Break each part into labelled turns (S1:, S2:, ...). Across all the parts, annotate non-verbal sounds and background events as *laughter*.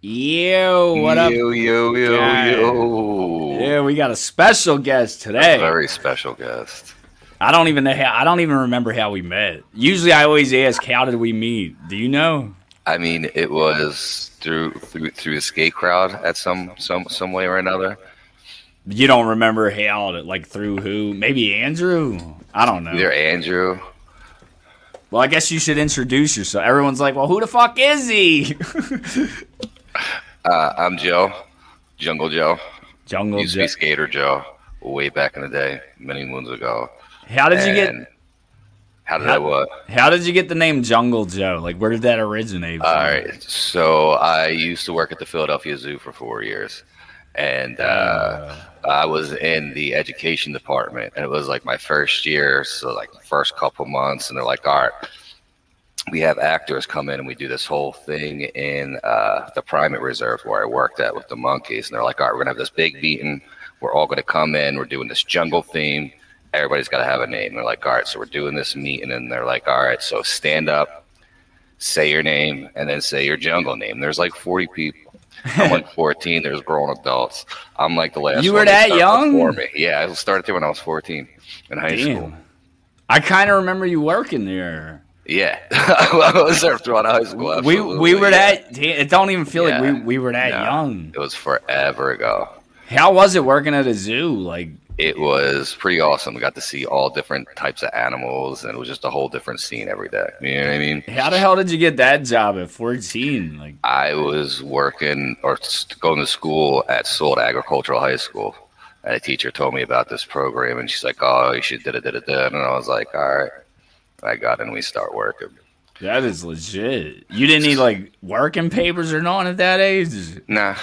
S1: Yo, what up?
S2: Yo, yo, yo,
S1: guys?
S2: yo.
S1: Yeah, we got a special guest today.
S2: Very special guest.
S1: I don't even know how. I don't even remember how we met. Usually, I always ask, "How did we meet?" Do you know?
S2: I mean, it was through through through the skate crowd at some some some way or another.
S1: You don't remember how, like through who? Maybe Andrew. I don't know.
S2: Either Andrew.
S1: Well, I guess you should introduce yourself. Everyone's like, "Well, who the fuck is he?" *laughs*
S2: Uh, I'm Joe, Jungle Joe.
S1: Jungle
S2: Used to be
S1: Joe.
S2: Skater Joe, way back in the day, many moons ago.
S1: How did you get?
S2: And How did
S1: How-
S2: I what?
S1: How did you get the name Jungle Joe? Like, where did that originate? From?
S2: All right. So I used to work at the Philadelphia Zoo for four years, and uh, I was in the education department, and it was like my first year, so like first couple months, and they're like, all right. We have actors come in and we do this whole thing in uh, the primate reserve where I worked at with the monkeys. And they're like, all right, we're going to have this big meeting. We're all going to come in. We're doing this jungle theme. Everybody's got to have a name. they're like, all right, so we're doing this meeting. And they're like, all right, so stand up say your name and then say your jungle name. There's like 40 people. I'm like
S1: *laughs*
S2: 14. There's grown adults. I'm like the last.
S1: You were
S2: one to
S1: that
S2: start
S1: young?
S2: Before me. Yeah, I started there when I was 14 in high school.
S1: Damn. I kind of remember you working there.
S2: Yeah, *laughs* I was there throughout high school.
S1: we we
S2: absolutely,
S1: were
S2: yeah.
S1: that. It don't even feel like we,
S2: Yeah.
S1: we were that
S2: No.
S1: young.
S2: It was forever ago.
S1: How was it working at a zoo? Like,
S2: It was pretty awesome. We got to see all different types of animals, and it was just a whole different scene every day. You know what I mean?
S1: how the hell did you get that job at fourteen? Like,
S2: I was working or s- going to school at Sold Agricultural High School. And a teacher told me about this program, and she's like, "Oh, you should da da da da da." And I was like, "All right." And I got in. We start working.
S1: that is legit. You didn't need like working papers or nothing at that age.
S2: Nah,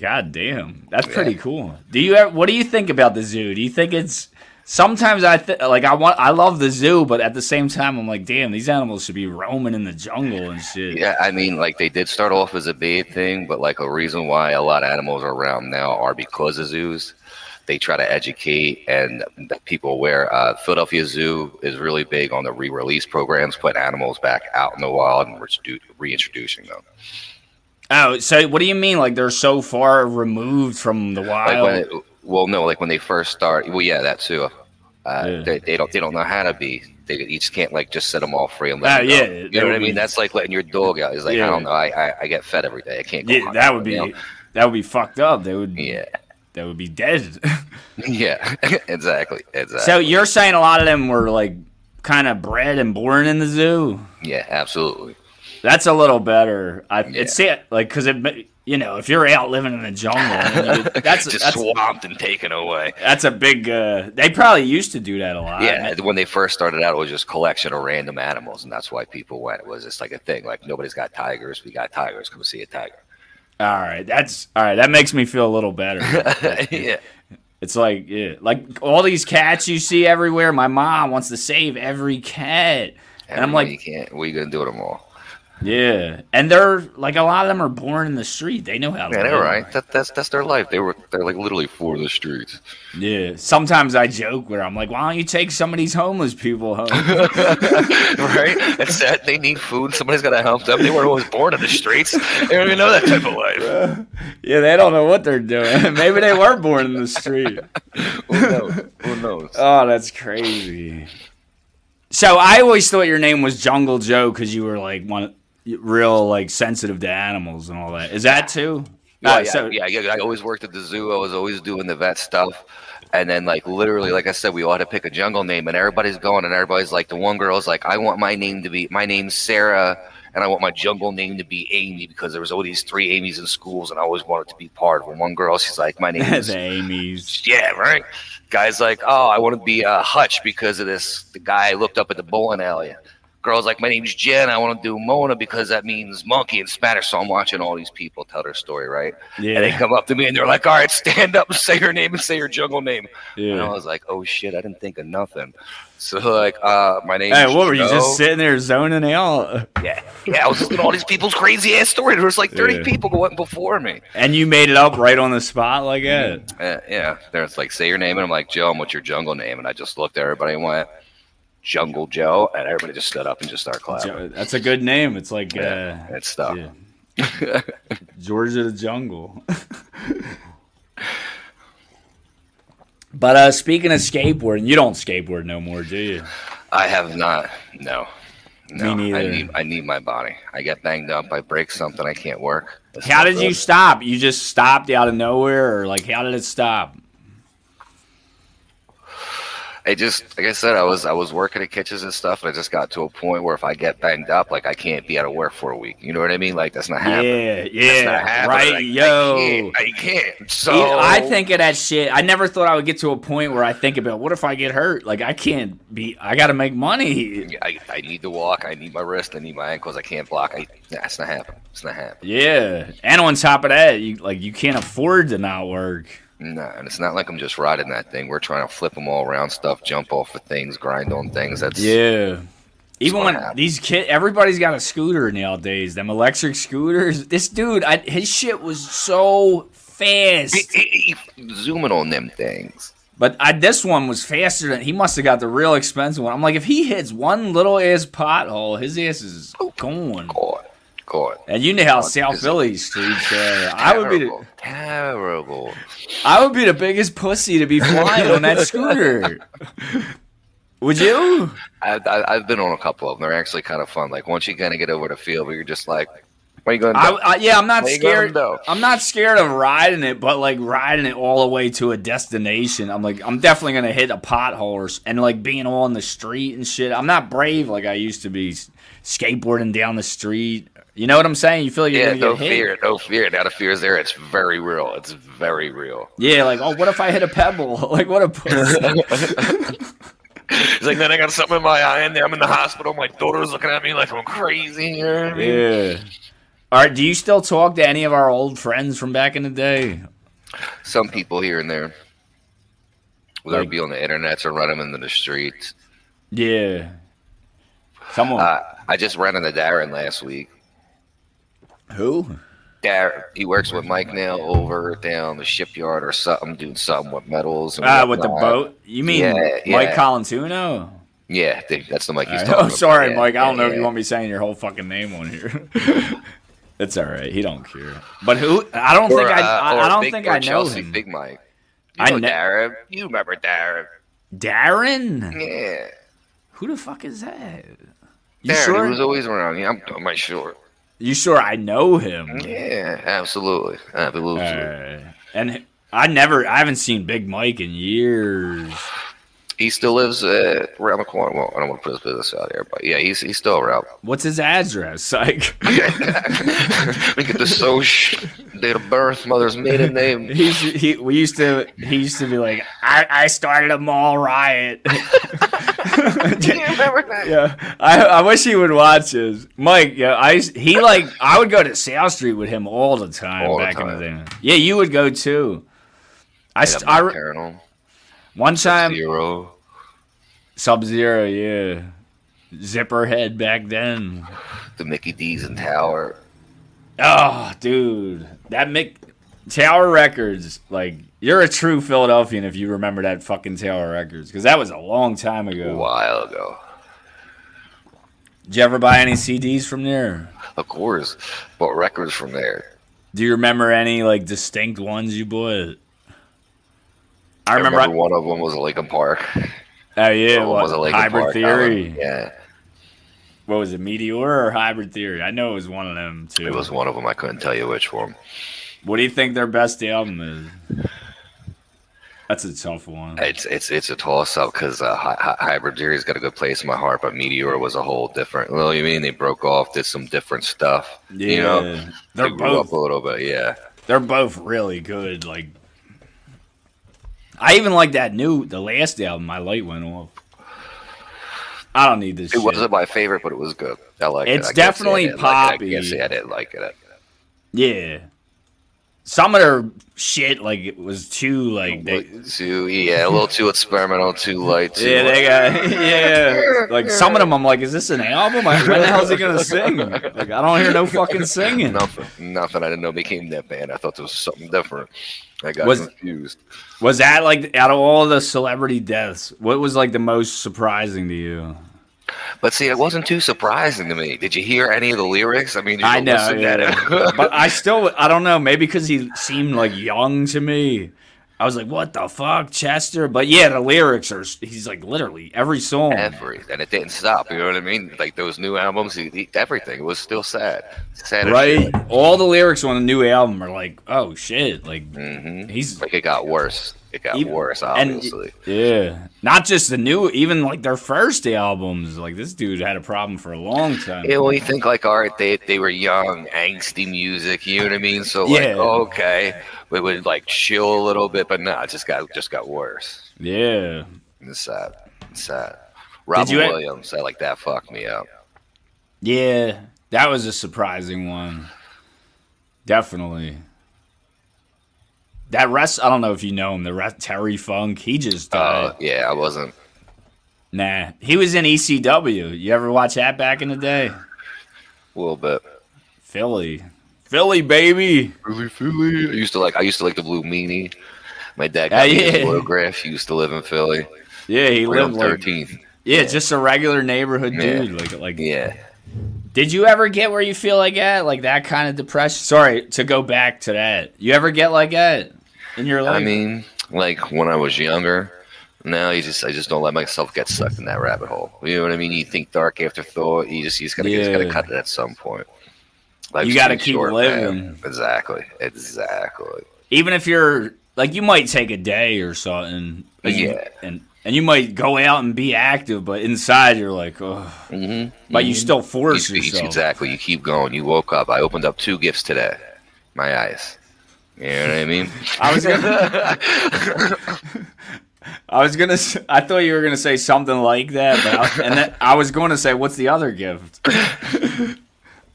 S1: God damn, that's
S2: Yeah.
S1: pretty cool. Do you ever, what do you think about the zoo? Do you think it's sometimes I th- like I want I love the zoo, but at the same time I'm like, damn, these animals should be roaming in the jungle and shit.
S2: yeah. I mean, like they did start off as a bait thing, but like a reason why a lot of animals are around now are because of zoos. They try to educate and make people aware. Uh, Philadelphia Zoo is really big on the re-release programs, putting animals back out in the wild and reintrodu- reintroducing them.
S1: Oh, so what do you mean? Like they're so far removed from the wild?
S2: like when it, well no like when they first start well yeah that too uh,
S1: Yeah.
S2: they, they don't they don't know how to be they you just can't like just set them all free and
S1: Ah,
S2: let 'em go.
S1: yeah,
S2: you
S1: that
S2: know what i
S1: would
S2: mean
S1: be-
S2: that's like letting your dog out he's like
S1: Yeah.
S2: i don't know I, I i get fed every day i can't go
S1: yeah,
S2: hunting,
S1: that would be
S2: you know?
S1: that would be fucked up. They would
S2: yeah
S1: that would be dead. *laughs*
S2: yeah *laughs* exactly exactly
S1: so you're saying a lot of them were like kind of bred and born in the zoo?
S2: yeah absolutely
S1: That's a little better. I, It's it, like because it ma- you know if you're out living in the jungle,
S2: *laughs*
S1: and you- that's
S2: just
S1: that's
S2: swamped and taken away
S1: that's a big. Uh, they probably used to do that a lot.
S2: yeah, when they first started out, it was just collection of random animals, and that's why people went. It was just like a thing. Like nobody's got tigers, we got tigers. Come see a
S1: *laughs*
S2: tiger.
S1: All right. That's all right. That makes me feel a little better.
S2: *laughs* yeah,
S1: It's like, yeah, like all these cats you see everywhere. My mom wants to save every cat, and I'm
S2: you
S1: like,
S2: can't. What are you gonna do with them all?
S1: yeah. And they're like, a lot of them are born in the street. They know how to.
S2: Yeah, they're
S1: live.
S2: right. That, that's that's their life. They were they're like literally for the streets. *laughs*
S1: Yeah. Sometimes I joke where I'm like, why don't you take some of these homeless people home? *laughs*
S2: right? That's that they need food. Somebody's gotta help them. They weren't always born in the streets. *laughs* They don't even know that type of life.
S1: yeah, they don't know what they're doing. *laughs* Maybe they were born in the street.
S2: Who knows? Who knows?
S1: Oh, that's crazy. So I always thought your name was Jungle Joe because you were like one real like sensitive to animals and all that. Is that too?
S2: Yeah,
S1: Uh,
S2: yeah,
S1: so-
S2: yeah, yeah, I always worked at the zoo. I was always doing the vet stuff. And then, like, literally, like I said, we all had to pick a jungle name, and everybody's going, and everybody's like, the one girl's like, I want my name to be, my name's Sarah, and I want my jungle name to be Amy, because there was all these three Amy's in schools, and I always wanted to be part of them. One girl, she's like, my name
S1: *laughs*
S2: is
S1: the
S2: *laughs*
S1: Amy's.
S2: Yeah, right. Guy's like, oh, I want to be uh, Hutch because of this. The guy I looked up at the bowling alley. Girl's like, my name's Jen. I want to do Mona because that means monkey in Spanish. So I'm watching all these people tell their story, right? And they
S1: Yeah,
S2: come up to me and they're like, all right, stand up and say your name and say your jungle name. And I
S1: yeah.
S2: was like, oh shit, I didn't think of nothing. So like, uh, my name.
S1: Hey, what were you just
S2: saying?
S1: sitting there zoning out?
S2: Yeah, yeah. I was listening to all these people's crazy ass stories. There was like 30
S1: Yeah.
S2: people going before me.
S1: And you made it up right on the spot like that.
S2: Uh, yeah, there's like say your name, and I'm like Joe, and what's your jungle name? And I just looked at everybody and went Jungle Joe, and everybody just stood up and just started clapping.
S1: Jo- That's a good name. It's like,
S2: Yeah,
S1: uh,
S2: and it stuck.
S1: yeah. Georgia the jungle. *laughs* but uh, speaking of skateboarding, you don't skateboard no more, do you?
S2: I have not. No. No,
S1: Me
S2: I
S1: neither.
S2: need I need my body. I get banged up. I break something. I can't work. It's
S1: How
S2: not
S1: did you
S2: good.
S1: stop? You just stopped out of nowhere, or like how did it stop?
S2: I just like I said, I was I was working at kitchens and stuff, and I just got to a point where if I get banged up, like I can't be out of work for a week. You know what I mean? Like that's not happening.
S1: Yeah,
S2: That's not
S1: yeah,
S2: happening.
S1: right,
S2: Like,
S1: yo.
S2: I can't. I can't.
S1: Dude,
S2: So
S1: I think of that shit. I never thought I would get to a point where I think about what if I get hurt? Like I can't be. I got to make money.
S2: I, I need to walk. I need my wrist. I need my ankles. I can't block. I, that's not happening. It's not happening.
S1: Yeah, and on top of that, you like you can't afford to not work.
S2: No, and it's not like I'm just riding that thing. We're trying to flip them all around, stuff, jump off of things, grind on things. That's
S1: Yeah. Even
S2: what
S1: when
S2: happened.
S1: these kid, everybody's got a scooter nowadays. Them electric scooters. This dude, I, his shit was so fast.
S2: E, zooming on them things.
S1: But I, this one was faster than he must have got the real expensive one. I'm like, if he hits one little ass pothole, his ass is gone.
S2: Caught, caught.
S1: And you know how South Philly streets are. I would be, the,
S2: Terrible. terrible.
S1: I would be the biggest pussy to be flying on that scooter. Would you?
S2: I, I, I've been on a couple of them. They're actually kind of fun. Like once you kind of get over the feel, but you're just like, what are you going to
S1: I,
S2: do?
S1: I, yeah, I'm not
S2: There you go,
S1: scared.
S2: though.
S1: I'm not scared of riding it, but like riding it all the way to a destination, I'm like, I'm definitely gonna hit a pothole or s- and like being on the street and shit. I'm not brave like I used to be, s- skateboarding down the street. You know what I'm saying? You feel like you're
S2: yeah,
S1: gonna
S2: no
S1: get hit.
S2: fear, no fear. Now the fear is there. It's very real. It's very real.
S1: Yeah, like oh, what if I hit a pebble? *laughs* like what a pussy.
S2: *laughs* It's like, then I got something in my eye, and I'm in the hospital. My daughter's looking at me like I'm crazy. You know what I mean?
S1: yeah. All right. Do you still talk to any of our old friends from back in the day?
S2: some people here and there, whether
S1: Like-
S2: it be on the internet or run them into the streets.
S1: Yeah. Come on.
S2: Uh, I just ran into Darren last week.
S1: Who?
S2: Darren, he works with Mike now over down the shipyard or something, doing something with metals. And
S1: Ah, with the
S2: whatnot.
S1: boat. You mean
S2: Yeah,
S1: Mike
S2: yeah.
S1: Colantuno?
S2: Yeah, dude, that's the Mike he's
S1: *laughs*
S2: talking
S1: Oh,
S2: about.
S1: sorry,
S2: Yeah,
S1: Mike. I don't
S2: yeah,
S1: know if you
S2: yeah.
S1: want me saying your whole fucking name on here. *laughs* it's all right. He don't care. But who? I don't
S2: Or,
S1: think I.
S2: uh,
S1: I, I
S2: or
S1: don't
S2: Big-
S1: think
S2: or
S1: I know
S2: Chelsea,
S1: him.
S2: Big Mike. You
S1: I
S2: know
S1: kn-
S2: Darren. You remember Darren?
S1: Darren.
S2: Yeah.
S1: Who the fuck is that? You
S2: Darren,
S1: sure?
S2: he was always around. Yeah, I'm, I'm not sure.
S1: you sure? I know him.
S2: Yeah, absolutely, absolutely. Mm-hmm.
S1: Alright. And I never. I haven't seen Big Mike in years.
S2: He still lives uh, around the corner. Well, I don't want to put his business out there, but yeah, he's he's still around. *laughs*
S1: What's his address? *laughs* Like
S2: we get the social date of birth, mother's
S1: *laughs*
S2: maiden name.
S1: he's he. We used to. He used to be like, I. I started a mall riot. *laughs*
S2: remember that?
S1: Yeah, I, I wish he would watch this. Mike, yeah, I used- he like I would go to South Street with him all the time
S2: All the
S1: back in
S2: time.
S1: the day. Yeah, you would go too. I, st- I re- Um,
S2: Paranormal,
S1: one time
S2: zero.
S1: Sub Zero, yeah, Zipperhead back then.
S2: The Mickey D's and Tower.
S1: Oh, dude, that Mick Tower Records. Like you're a true Philadelphian if you remember that fucking Tower Records because that was a long time
S2: A
S1: ago.
S2: while ago.
S1: Did you ever buy any CDs from there?
S2: Of course. Bought records from there.
S1: Do you remember any like distinct ones you bought? I
S2: I
S1: remember.
S2: remember,
S1: I
S2: one of them was a Lincoln Park.
S1: oh yeah,
S2: One
S1: what,
S2: was a Lincoln
S1: hybrid
S2: Park
S1: theory.
S2: album. Yeah.
S1: What was it, meteor or hybrid theory? I know it was one of them too.
S2: It was one of them. I couldn't tell you which one.
S1: What do you think their best album is? That's a tough one.
S2: It's it's it's a toss up because uh, Hy- Hy- Hybrid Theory's got a good place in my heart, but Meteor was a whole different. You know what I mean? They broke off, did some different stuff.
S1: Yeah,
S2: You know,
S1: they're
S2: they grew
S1: both
S2: up a little bit. Yeah.
S1: they're both really good. Like, I even like that new the last album. My light went off. I don't need this.
S2: It
S1: shit.
S2: wasn't my favorite, but it was good. I like
S1: It's
S2: it. I can't say I
S1: definitely
S2: didn't like it. I
S1: poppy.
S2: can't say I didn't like it.
S1: Yeah. Some of their shit like it was too like they
S2: too, yeah, a little too experimental, too light. Too
S1: Yeah, they got *laughs* yeah. Like some of them I'm like, is this an album? Like, when the hell's he gonna sing? Like I don't hear no fucking *laughs* singing.
S2: nothing. Nothing. I didn't know became that band. I thought there was something different. I got
S1: Was-
S2: confused.
S1: Was that like out of all the celebrity deaths, what was like the most surprising to you?
S2: But see, it wasn't too surprising to me. Did you hear any of the lyrics? I mean, I know,
S1: yeah. *laughs*
S2: *laughs*
S1: but I still, I don't know. Maybe because he seemed like young to me, I was like, "What the fuck, Chester?" But yeah, the lyrics are. He's like literally every song.
S2: every and it didn't stop. You know what I mean? Like those new albums, he, he- everything was still sad. Sad,
S1: Right, all the lyrics on the new album are like, "Oh shit!" Like
S2: Mm-hmm.
S1: he's
S2: Like it got worse. It got
S1: Even-
S2: worse,
S1: and-
S2: obviously.
S1: yeah, not just the new, even like their first albums. Like this dude had a problem for a long time.
S2: Yeah, well, you think like, all right, they they were young, angsty music. You know what I mean? So like,
S1: Yeah.
S2: okay, we would like chill a little bit, but nah, it just got just got worse.
S1: yeah,
S2: It's sad. It's sad. Robin
S1: you-
S2: Williams, I like that. Fucked me up.
S1: yeah, that was a surprising one. Definitely. That rest, I don't know if you know him. The rest, Terry Funk, he just
S2: Oh
S1: died.
S2: yeah, I wasn't.
S1: nah, he was in ECW. You ever watch that back in the day?
S2: A little bit.
S1: Philly, Philly, baby.
S2: Really, Philly. I used to like. I used to like the Blue Meanie. My dad got
S1: Ah,
S2: me
S1: yeah.
S2: his photograph. He used to live in Philly.
S1: Yeah, he
S2: Right on
S1: lived like
S2: Thirteenth.
S1: yeah, just a regular neighborhood
S2: Yeah.
S1: dude. Like like
S2: Yeah.
S1: Did you ever get where you feel like that, like that kind of depression? Sorry to go back to that. You ever get like that in your life?
S2: I mean, like when I was younger. Now you just I just don't let myself get sucked in that rabbit hole. You know what I mean? You think dark after thought. You just you just gotta you just gotta
S1: Yeah.
S2: cut it at some point. Life's
S1: You gotta
S2: too
S1: keep
S2: man.
S1: living.
S2: Exactly. Exactly.
S1: even if you're like, you might take a day or something, and you-
S2: Yeah.
S1: and and you might go out and be active, but inside you're like, oh,
S2: Mm-hmm.
S1: but you still force
S2: You- you-
S1: yourself.
S2: Exactly. You keep going. You woke up. I opened up two gifts today. My eyes. You know what I
S1: *laughs*
S2: mean?
S1: I was gonna, *laughs* I was gonna, s- I thought you were gonna say something like that, but I, and then I was going to say, what's the other *laughs* gift?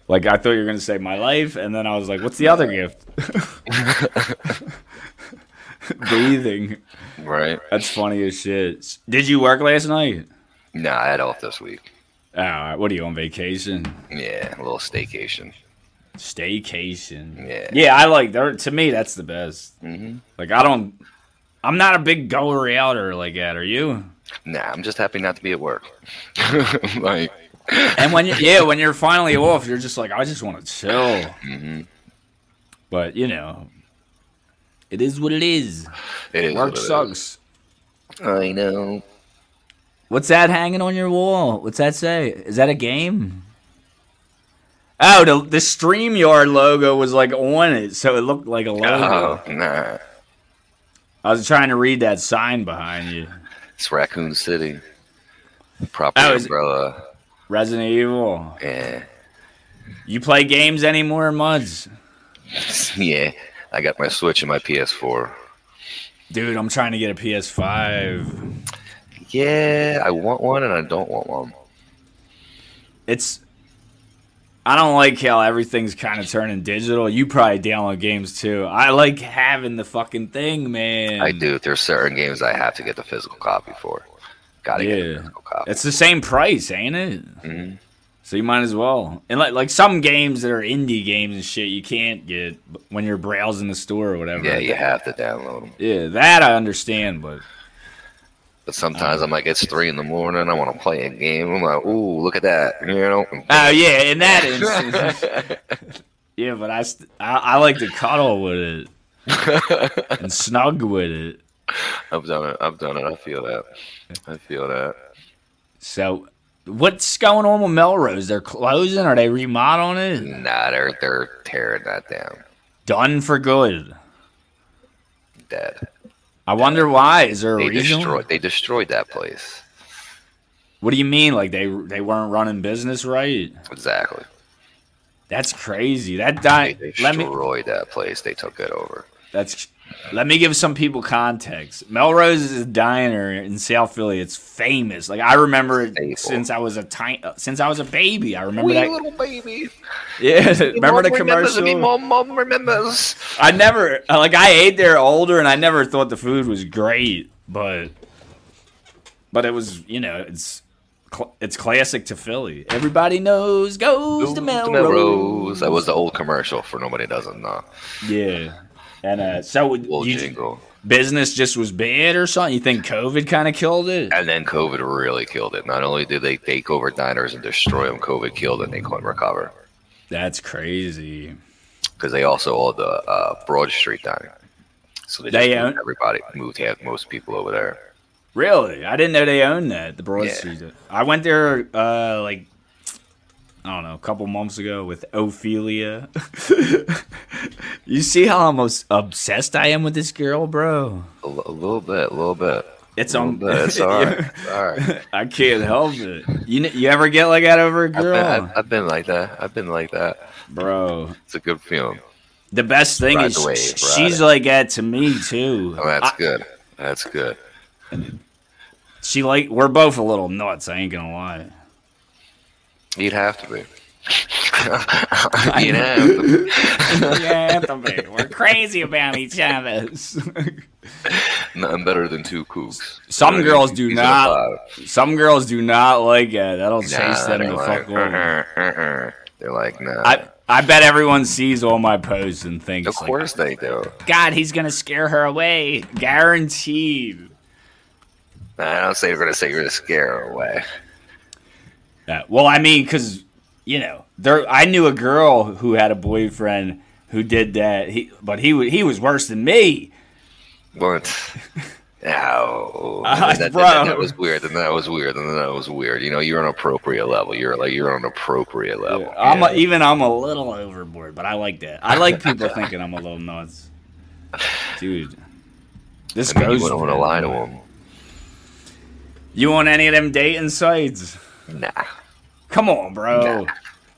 S1: like I thought you were gonna say my life, and then I was like, what's the other *laughs* gift? Breathing.
S2: right.
S1: That's funny as shit. Did you work last night?
S2: Nah, I had off this week.
S1: Ah, what are you on vacation?
S2: Yeah, a little staycation.
S1: Staycation.
S2: Yeah.
S1: Yeah, I like that. To me, that's the best.
S2: hmm
S1: Like I don't, I'm not a big goer outer like that. Are you?
S2: Nah, I'm just happy not to be at work. *laughs* like,
S1: And when you, yeah, when you're finally off, you're just like, I just want to chill.
S2: hmm
S1: But you know, it is what it is.
S2: it is
S1: Work
S2: what it is.
S1: sucks.
S2: I know.
S1: What's that hanging on your wall? What's that say? Is that a game? Oh, the, the StreamYard logo was like on it, so it looked like a logo.
S2: Oh, nah.
S1: I was trying to read that sign behind you.
S2: It's Raccoon City. Proper
S1: Oh, is it-
S2: umbrella.
S1: Resident Evil.
S2: Yeah. *laughs*
S1: You play games anymore, Muds?
S2: yeah. I got my Switch and my PS4.
S1: Dude, I'm trying to get a PS5.
S2: Yeah, I want one and I don't want one.
S1: It's. I don't like how everything's kind of turning digital. You probably download games too. I like having the fucking thing, man.
S2: I do. There's certain games I have to get the physical copy for. Gotta get
S1: Yeah.
S2: the physical copy.
S1: It's the same price, ain't it?
S2: Mhm.
S1: So you might as well. And like like some games that are indie games and shit, you can't get when you're browsing the store or whatever.
S2: Yeah, you have to download them.
S1: Yeah, that I understand, but
S2: But sometimes
S1: Uh-huh.
S2: I'm like, it's three in the morning. I want to play a game. I'm like, ooh, look at that.
S1: *laughs*
S2: You know?
S1: oh yeah, in that instance, yeah. But I, st- I I like to cuddle with it
S2: *laughs*
S1: and snug with it.
S2: I've done it. I've done it. I feel that. I feel that.
S1: So what's going on with Melrose? They're closing? Are they remodeling it?
S2: Nah, they're they're tearing that down.
S1: Done for good.
S2: Dead.
S1: I wonder why. Oh, Is there a
S2: They
S1: reason?
S2: destroyed. They destroyed that place.
S1: What do you mean? Like they they weren't running business right?
S2: Exactly.
S1: That's crazy. That
S2: They
S1: died. Let me.
S2: destroyed that place. They took it over.
S1: That's. Let me give some people context. Melrose is a diner in South Philly. It's famous. Like I remember it
S2: Staple.
S1: since I was a tiny, since I was a baby. I remember
S2: Wee
S1: that.
S2: little baby.
S1: *laughs* Yeah, remember the
S2: Mom remembers me.
S1: commercial?
S2: Mom, mom remembers.
S1: I never like I ate there older, and I never thought the food was great, but but it was you know it's cl- it's classic to Philly. Everybody knows goes to
S2: Ooh,
S1: Melrose.
S2: Melrose. That was the old commercial for nobody doesn't know.
S1: Yeah. And uh, so
S2: Little
S1: you,
S2: jingle.
S1: business just was bad or something. You think COVID kind of killed it?
S2: And then COVID really killed it. Not only did they take over diners and destroy them, COVID killed it and they couldn't recover
S1: That's crazy.
S2: because they also owned the uh, Broad Street diner. So they,
S1: They
S2: just moved
S1: own-
S2: everybody moved half most people over there.
S1: Really? I didn't know they owned that. The Broad
S2: Yeah.
S1: Street. I went there uh, like I don't know, a couple months ago with Ophelia. *laughs* you see how almost obsessed I am with this girl, bro.
S2: A li- a little bit, a little bit.
S1: It's
S2: a
S1: on.
S2: little
S1: *laughs*
S2: bit. It's Oh, all right. It's all right.
S1: I can't help it. You kn- you ever get like that over a
S2: I've
S1: girl,
S2: been, I've, I've been like that. I've been like that.
S1: bro?
S2: It's a good feeling.
S1: The best thing
S2: Ride
S1: is
S2: the wave,
S1: sh-
S2: ride
S1: she's
S2: it.
S1: like that to me too.
S2: Oh, that's
S1: I-
S2: good. That's good.
S1: she like we're both a little nuts. I ain't gonna
S2: *laughs*
S1: lie.
S2: You'd have to be. *laughs* You'd have to be.
S1: yeah, we're crazy about each *laughs* other.
S2: Nothing better than two kooks.
S1: Some
S2: Really,
S1: girls do
S2: he's in a
S1: not.
S2: vibe.
S1: Some girls do not like that. That'll chase
S2: Nah,
S1: them
S2: they're
S1: the
S2: like,
S1: fuck over.
S2: "Uh-uh, uh-uh." *laughs* They're like, nah.
S1: I I bet everyone sees all my posts and thinks,
S2: of course they do.
S1: like, God, he's gonna scare her away, guaranteed.
S2: Nah, I don't say they're gonna say you're gonna scare her away.
S1: Yeah, well, I mean, because you know, there. I knew a girl who had a boyfriend who did that. He, but he wa- he was worse than me. *laughs*
S2: What? Ow.
S1: Uh,
S2: And that,
S1: bro.
S2: that- that was weird, and that was weird, and that was weird. You know, you're on appropriate level. You're like you're on appropriate level.
S1: I'm
S2: Yeah.
S1: a, even I'm a little overboard, but I like that. I like people thinking I'm a little
S2: *laughs*
S1: nuts, dude. This
S2: I mean,
S1: goes.
S2: you wouldn't want to lie to him.
S1: You want any of them dating sites?
S2: Nah.
S1: Come on, bro.
S2: Nah. uh,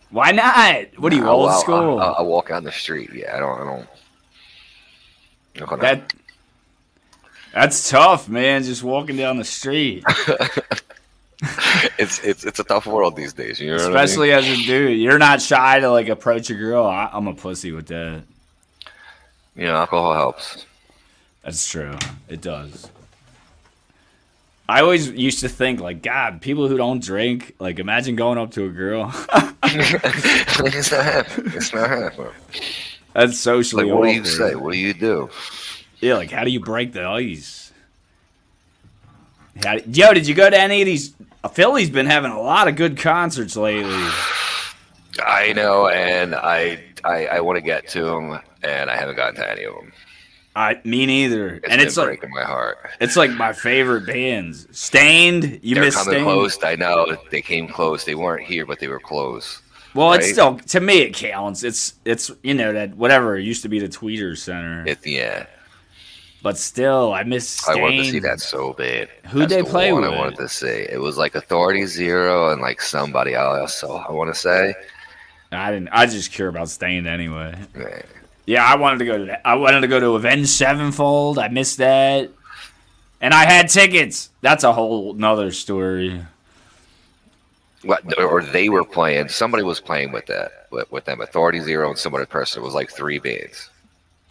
S1: Why not? What are you
S2: I'll-
S1: old
S2: I'll-
S1: school?
S2: I'll, I'll walk down the street. Yeah, I don't. I don't. I'm gonna-
S1: that that's tough, man. Just walking down the
S2: *laughs*
S1: street,
S2: *laughs* it's it's it's a tough world these days. You know, what I mean?
S1: especially as a dude. You're not shy to like approach a girl. I, I'm a pussy with that.
S2: you know,
S1: *laughs*
S2: alcohol helps.
S1: That's true. It does. I always used to think like, God, people who don't drink, like, imagine going up to a girl. *laughs*
S2: it's not happening. It's not happening.
S1: that's socially.
S2: Like, what do you
S1: awkward.
S2: say? What do you do?
S1: Yeah, like how do you break the ice? How, yo, did you go to any of these? uh, Philly's been having a lot of good concerts lately.
S2: I know, and I I, I want to get to them, and I haven't gotten to any of them.
S1: I me neither. and it's like
S2: breaking my heart.
S1: it's like my favorite bands. Stained, you
S2: They're
S1: missed
S2: coming
S1: Stained.
S2: close. I know they came close. They weren't here, but they were close.
S1: well, it's
S2: right?
S1: still to me it counts. It's it's you know that whatever it used to be the Tweeter Center,
S2: At the end,
S1: but still I miss. Stained.
S2: I wanted to see that so bad.
S1: Who'd
S2: That's
S1: they
S2: the
S1: play
S2: one
S1: with?
S2: I wanted to see. It was like Authority Zero and like somebody else. So I want to say,
S1: I didn't. I just care about Stained anyway.
S2: eh,
S1: Yeah, I wanted to go to that. I wanted to go to Avenged Sevenfold. I missed that. And I had tickets. That's a whole nother story.
S2: what, or they were playing. Somebody was playing with that with, with them. Authority Zero and somebody person. It was like three bands.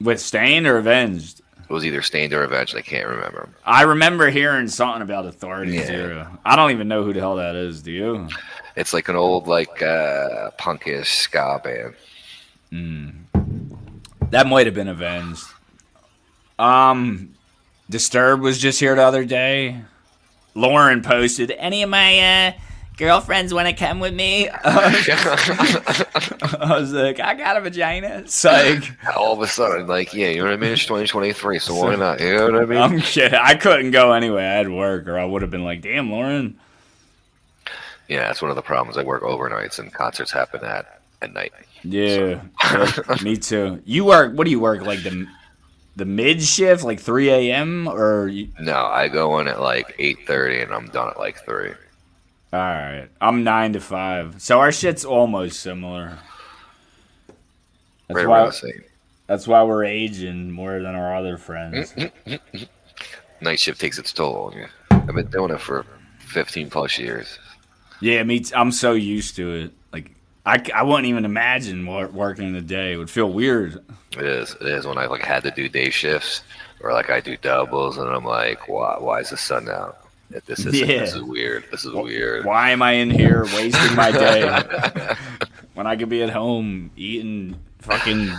S1: With Stained or Avenged?
S2: It was either Stained or Avenged. I can't remember.
S1: I remember hearing something about Authority
S2: Yeah.
S1: Zero. I don't even know who the hell that is, do you?
S2: It's like an old like uh, punkish ska band.
S1: That might have been Avenged. Um Disturbed was just here the other day. Lauren posted, any of my uh girlfriends wanna come with me? *laughs* I was like, I got a vagina. It's like
S2: All of a sudden, like yeah, you know what I mean. It's 2023, so why not? You know what I mean?
S1: I'm kidding. I couldn't go anyway. I had work, or I would have been like, "Damn, Lauren."
S2: yeah, that's one of the problems. I work overnights, and concerts happen at at night.
S1: Yeah, me too. You work? What do you work? Like the the mid shift, like 3 a.m. or you,
S2: No, I go in at like eight thirty, and I'm done at like three.
S1: all right? I'm nine to five, so our shit's almost similar. That's
S2: Right
S1: why.
S2: around the same.
S1: That's why we're aging more than our other friends.
S2: Night shift takes its toll on you. I've been doing it for fifteen plus years.
S1: Yeah, me. T- I'm so used to it. Like I, c- I wouldn't even imagine wor- working in the day. It would feel weird.
S2: It is. It is when I like had to do day shifts, or like I do doubles, and I'm like, why? Why is the sun out? If This is
S1: Yeah.
S2: this is weird. This is weird.
S1: Why am I in here wasting my day
S2: *laughs*
S1: when I could be at home eating fucking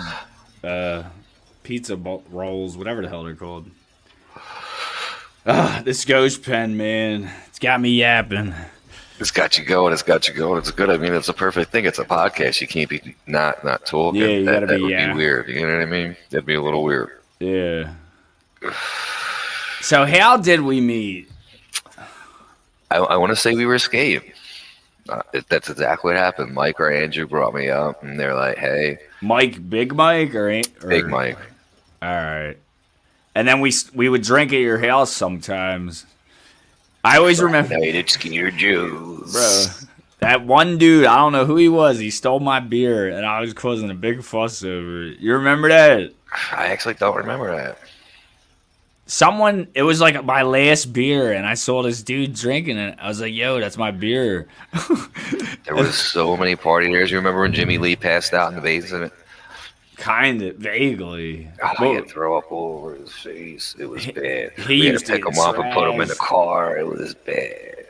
S1: uh, pizza bo- rolls, whatever the hell they're called. Ah, this ghost pen, man, it's got me yapping.
S2: It's got you going. It's got you going. It's good. I mean, it's a perfect thing. It's a podcast. You can't be not not talking.
S1: Yeah, you
S2: that,
S1: gotta
S2: that
S1: be,
S2: would
S1: yeah.
S2: be weird. You know what I mean? That'd be a little weird.
S1: Yeah. So how did we meet?
S2: I, I want to say we were escape. Uh, it- that's exactly what happened. Mike or Andrew brought me up, and they're like, "Hey,
S1: Mike, Big Mike, or, ain't- or
S2: Big Mike."
S1: All right. And then we s- we would drink at your house sometimes. I always remember,
S2: Hey, it's scared Jews.
S1: bro. *laughs* That one dude, I don't know who he was. He stole my beer, and I was causing a big fuss over it. You remember that?
S2: I actually don't remember that.
S1: someone it was like my last beer and i saw this dude drinking it i was like yo that's my beer *laughs*
S2: There was so many party years. You remember when Jimmy Lee passed out in the basement?
S1: kind of vaguely
S2: Oh,
S1: Well,
S2: he had throw up all over his face. It was bad.
S1: he
S2: we had
S1: used
S2: to
S1: to
S2: pick
S1: get
S2: him up and put him in the
S1: thrashed.
S2: car. It was bad.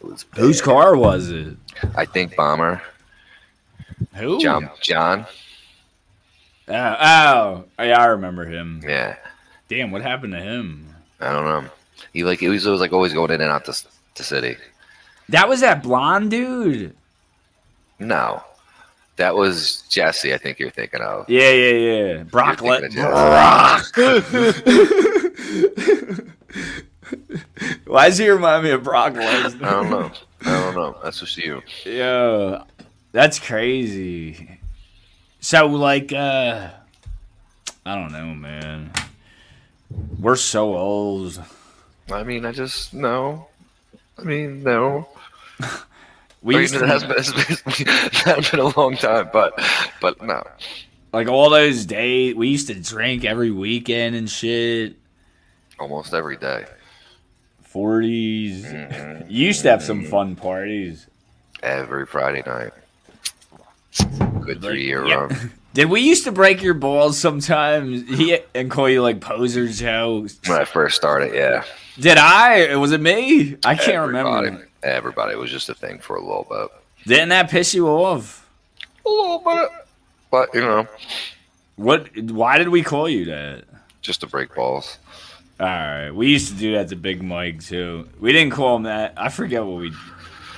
S2: It was bad.
S1: whose car was it
S2: I think Bomber.
S1: who
S2: John. John.
S1: oh, oh yeah i remember him
S2: Yeah.
S1: damn what happened to him
S2: I don't know. He like he was, always like always going in and out the, s- the city.
S1: that was that blonde dude
S2: No, that was Jesse. I think you're thinking of.
S1: yeah yeah yeah brock
S2: You're
S1: Le-
S2: thinking of Jesse.
S1: why does he remind me of brock
S2: I
S1: lesnar
S2: don't know. I don't know. That's just you.
S1: Yo, that's crazy. So like uh I don't know, man. We're so old.
S2: I mean, I just no. I mean, no.
S1: We
S2: I mean,
S1: used
S2: it
S1: to,
S2: has been, it's been, *laughs* it's been a long time, but but no.
S1: like all those days we used to drink every weekend and shit.
S2: Almost every day.
S1: 40s
S2: Mm-hmm.
S1: You used to have some fun parties.
S2: Every Friday night. Good three year
S1: yeah.
S2: run.
S1: *laughs* Did we used to break your balls sometimes He- and call you like poser Joe?
S2: When I first started, yeah.
S1: Did I? Was it me? I can't
S2: everybody,
S1: remember.
S2: Everybody. It was just a thing for a little bit.
S1: Didn't that piss you off?
S2: A little bit. But, you know,
S1: What? Why did we call you that?
S2: just to break balls.
S1: All right, we used to do that to Big Mike too. We didn't call him that. I forget what we.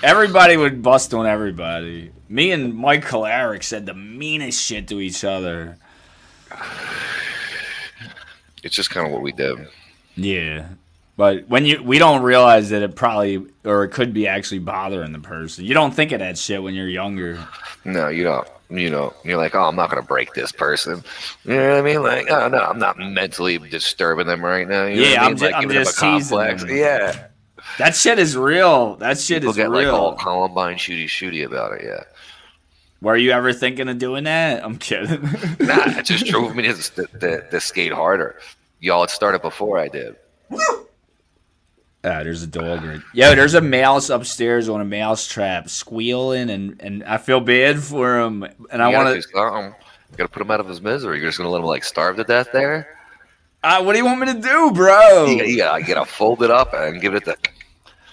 S1: Everybody would bust on everybody. Me and Mike Kalarick said the meanest shit to each other.
S2: It's just kind of what we did.
S1: Yeah, but when you we don't realize that it probably or it could be actually bothering the person. You don't think of that shit when you're younger.
S2: No, you don't. You know, you're like, oh, I'm not gonna break this person. You know what I mean? Like, oh no, I'm not mentally disturbing them right now. You know
S1: Yeah,
S2: what I
S1: I'm
S2: mean?
S1: ju-
S2: like,
S1: I'm
S2: giving them
S1: just
S2: a
S1: teasing
S2: complex.
S1: them.
S2: Yeah,
S1: That shit is real. That shit
S2: people
S1: is
S2: get
S1: real.
S2: like all Columbine shooty shooty about it. Yeah,
S1: Were you ever thinking of doing that? I'm kidding. *laughs*
S2: nah, it just drove me to, to, to, to skate harder. Y'all, it started before I did.
S1: Ah, there's a dog. Right. Yo, there's a mouse upstairs on a mouse trap squealing, and, and I feel bad for him. And I
S2: You gotta
S1: want
S2: do
S1: to.
S2: something. You gotta put him out of his misery. You're just gonna let him like starve to death there.
S1: Uh, what do you want me to do, bro?
S2: You, you gotta, you gotta fold it up and give it um, the.